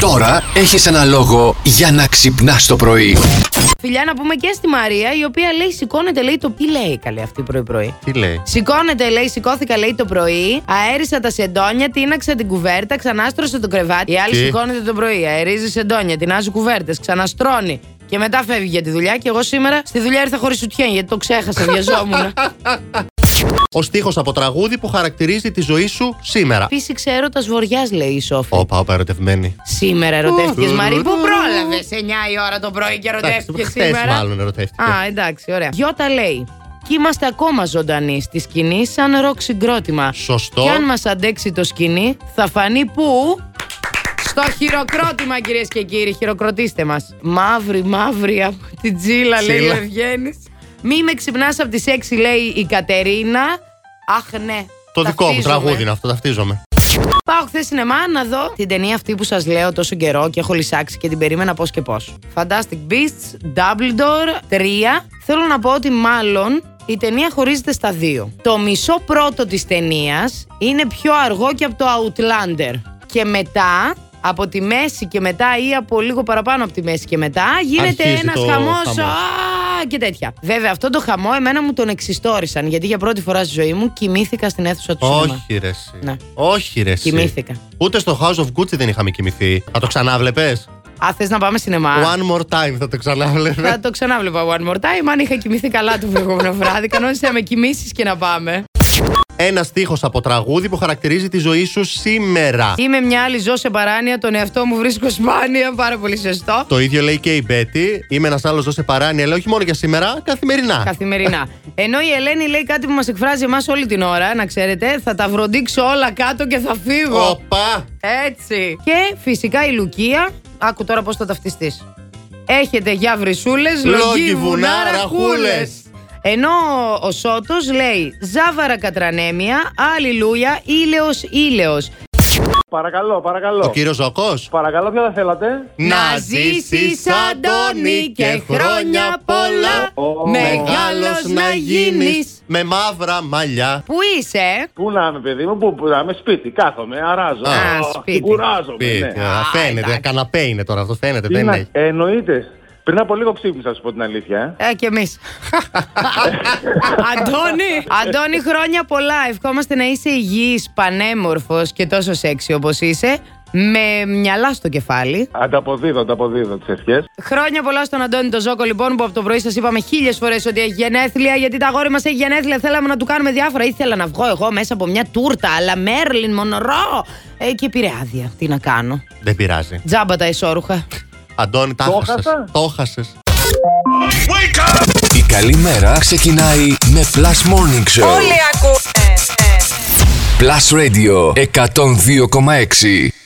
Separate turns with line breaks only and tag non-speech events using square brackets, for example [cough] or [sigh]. Τώρα έχεις ένα λόγο για να ξυπνάς το πρωί.
Φιλιά να πούμε και στη Μαρία, η οποία λέει: Σηκώνεται, λέει το. Τι λέει καλή αυτή πρωί-πρωί.
Τι λέει.
Σηκώνεται, λέει, σηκώθηκα, λέει το πρωί. Αέρισα τα σεντόνια, τίναξα την κουβέρτα, ξανάστρωσα το κρεβάτι. Η άλλη
Τι?
σηκώνεται το πρωί, αερίζει σεντόνια, τεινάζει κουβέρτες, ξαναστρώνει. Και μετά φεύγει για τη δουλειά. Και εγώ σήμερα στη δουλειά ήρθα χωρίς σουτιέν, γιατί το ξέχασα, βιαζόμουν.
[laughs] Ο στίχος από τραγούδι που χαρακτηρίζει τη ζωή σου σήμερα.
Επίση ξέρω τα σβοριά, λέει η Σόφη.
Όπα, όπα, ερωτευμένη.
Σήμερα ερωτεύτηκες,
Ου.
Μαρή, που πρόλαβε 9 η ώρα το πρωί και ερωτεύτηκες
χθες
σήμερα.
μάλλον ερωτεύτηκε.
Α, εντάξει, ωραία. Γιώτα λέει. Και είμαστε ακόμα ζωντανοί στη σκηνή σαν ροκ συγκρότημα.
Σωστό.
Και αν μας αντέξει το σκηνή, θα φανεί που... Στο χειροκρότημα, κυρίες και κύριοι, χειροκροτήστε μας. Μαύρη, μαύρη από την τζίλα, λέει
Τζίλα.
Λευγένης. Μη με ξυπνάς από τις 6, λέει η Κατερίνα. Αχ, ναι.
Το δικό μου
Ταυτίζομαι.
τραγούδι είναι αυτό, ταυτίζομαι.
Πάω χθες σινεμά να δω την ταινία αυτή που σας λέω τόσο καιρό και έχω λησάξει και την περίμενα πώς και πώς. Fantastic Beasts, Dumbledore 3. Θέλω να πω ότι μάλλον η ταινία χωρίζεται στα δύο. Το μισό πρώτο της ταινίας είναι πιο αργό και από το Outlander. Και μετά, από τη μέση και μετά ή από λίγο παραπάνω από τη μέση και μετά, γίνεται
Αρχίζει
ένας
το
χαμός.
χαμός.
Και τέτοια. Βέβαια, αυτό το χαμό εμένα μου τον εξιστόρισαν γιατί για πρώτη φορά στη ζωή μου κοιμήθηκα στην αίθουσα του σινεμά.
Όχι, ρε. εσύ.
Ναι.
Όχι, ρε. εσύ.
Κοιμήθηκα.
Ούτε στο House of Gucci δεν είχαμε κοιμηθεί. Θα το ξανάβλεπες.
Α, θες να πάμε σινεμά.
One more time θα το ξανάβλεπες.
Θα το ξανάβλεπα one more time. Αν είχα κοιμηθεί καλά το προηγούμενο βράδυ, κανόνισε να με κοιμήσεις και να πάμε.
Ένα στίχος από τραγούδι που χαρακτηρίζει τη ζωή σου σήμερα.
Είμαι μια άλλη, ζω σε παράνοια. Τον εαυτό μου βρίσκω σπάνια. Πάρα πολύ σωστό.
Το ίδιο λέει και η Μπέτη. Είμαι ένας άλλος ζω σε παράνοια, αλλά όχι μόνο για σήμερα, καθημερινά.
Καθημερινά. Ενώ η Ελένη λέει κάτι που μας εκφράζει εμάς όλη την ώρα, να ξέρετε. Θα τα βροντίξω όλα κάτω και θα φύγω.
Οπα!
Έτσι. Και φυσικά η Λουκία. Άκου τώρα πώς θα ταυτιστείς. Έχετε για βρυσούλες, λογί
Λόγι, βουνά,
βουνά, ραχούλες.
ραχούλες.
Ενώ ο Σότο λέει Ζάβαρα κατρανέμια, αλληλούια, ήλαιος, ήλαιος.
Παρακαλώ, παρακαλώ.
Ο κύριος Ζωκό.
Παρακαλώ, ποια θα θέλατε.
Να ζήσει Αντώνη και χρόνια πολλά.
Ο
Μεγάλος
μεγάλος
να γίνει με μαύρα μαλλιά.
Πού είσαι, ε?
Πού να είμαι, παιδί μου, πού, πού να είμαι, σπίτι, κάθομαι, αράζω.
Α,
Ω,
σπίτι.
Κουράζομαι,
Πείτε,
ναι.
α, Φαίνεται,
εντάξει.
καναπέ είναι τώρα αυτό, φαίνεται.
Τι
Δεν
να-
έχει.
ε, εννοείται. Πριν από λίγο ξύπνησα, να σου πω την αλήθεια. ε.
Ε, και
[laughs]
εμείς. Αντώνη! Αντώνη, χρόνια πολλά. Ευχόμαστε να είσαι υγιής, πανέμορφος και τόσο σεξι όπως είσαι. Με μυαλά στο κεφάλι.
Ανταποδίδω, ανταποδίδω τις ευχές.
Χρόνια πολλά στον Αντώνη το Ζόκο, λοιπόν, που από το πρωί σας είπαμε χίλιες φορές ότι έχει γενέθλια, γιατί τα αγόρι μας έχει γενέθλια. Θέλαμε να του κάνουμε διάφορα. Ήθελα να βγω εγώ μέσα από μια τούρτα, αλλά Μέρλιν, μονορό. Ε, και πήρε άδεια. Τι να κάνω.
Δεν πειράζει.
Τζάμπα τα ισόρουχα.
Αντώνη, τα
Το
έχασες.
έχασα?
Το έχασες.
Η καλή μέρα ξεκινάει με Plus Morning Show.
Όλοι ακούνε.
Plus Radio 102,6.